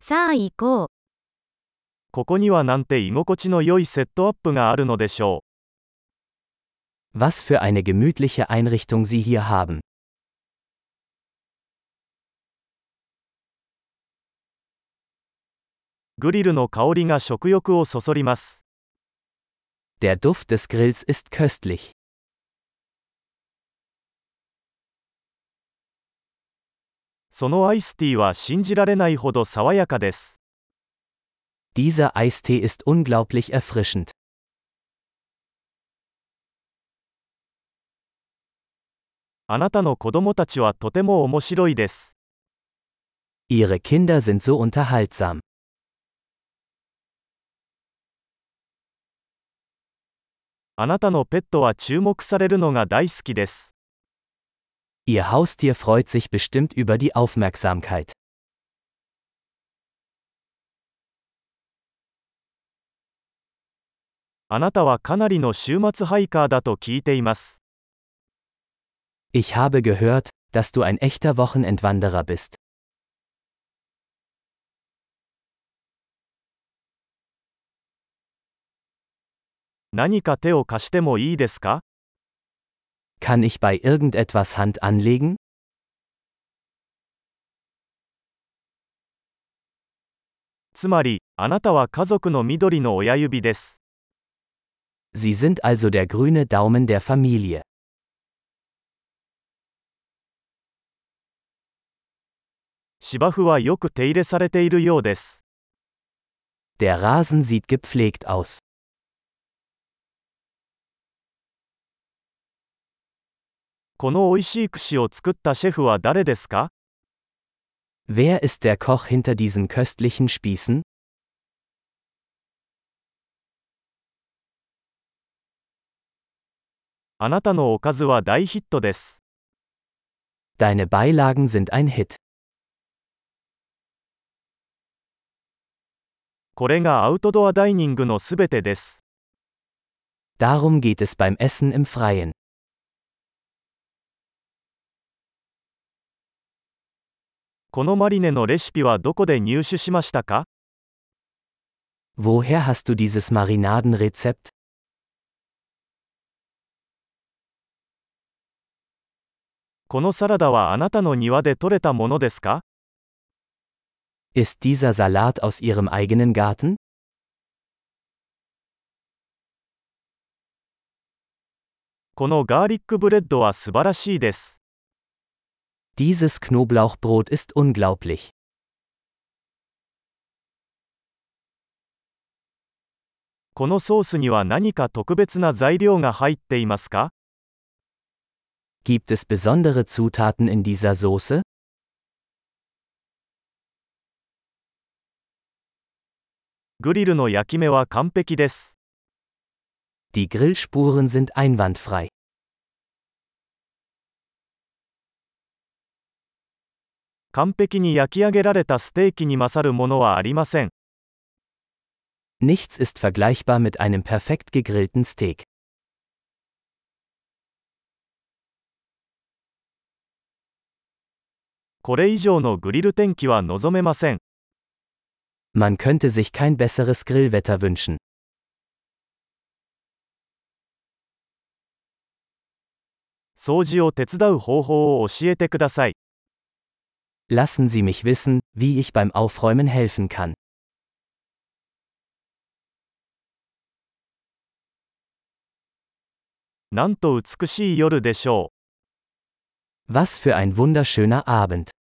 さあ行こう。ここにはなんて居心地の良いセットアップがあるのでしょ Was für eine gemütliche Einrichtung Sie hier haben. う。グリルの香りが食欲をそそります。 Der Duft des Grills ist köstlich. そのアイスティーは信じられないほど爽やかです。 Dieser Eistee ist unglaublich erfrischend. あなたの子供たちはとても面白いです。 Ihre Kinder sind so unterhaltsam. あなたのペットは注目されるのが大好きです。 Ihr Haustier freut sich bestimmt über die Aufmerksamkeit. あなたはかなりの週末ハイカーだと聞いています。 Ich habe gehört, dass du ein echter Wochenendwanderer bist. 何か手を貸してもいいですか Kann ich bei irgendetwas Hand anlegen? つまり、あなたは家族の緑の親指です。 Sie sind also der grüne Daumen der Familie. 芝生はよく手入れされているようです。 Der Rasen sieht gepflegt aus. この美味しい串を作ったシェフは誰ですか Wer ist der Koch hinter diesen köstlichen Spießen? あなたのおかずは大ヒットです。 Deine Beilagen sind ein Hit. これがアウトドアダイニングのすべてです。 Darum geht es beim Essen im Freien. このマリネのレシピはどこで入手しましたか Woher hast du dieses Marinadenrezept? このサラダはあなたの庭で採れたものですか Ist dieser Salat aus ihrem eigenen Garten? このガーリックブレッドは素晴らしいです。 Dieses Knoblauchbrot ist unglaublich. このソースには何か特別な材料が入っていますか Gibt es besondere Zutaten in dieser Soße? グリルの焼き目は完璧です。 Die Grillspuren sind einwandfrei. 完璧に焼き上げられたステーキに勝るものはありません。 Nichts ist vergleichbar mit einem perfekt gegrillten Steak. これ以上のグリル天気は望めません。 Man könnte sich kein besseres Grillwetter wünschen. 掃除を手伝う方法を教えてください。 Lassen Sie mich wissen, wie ich beim Aufräumen helfen kann. なんと美しい夜でしょう。 Was für ein wunderschöner Abend.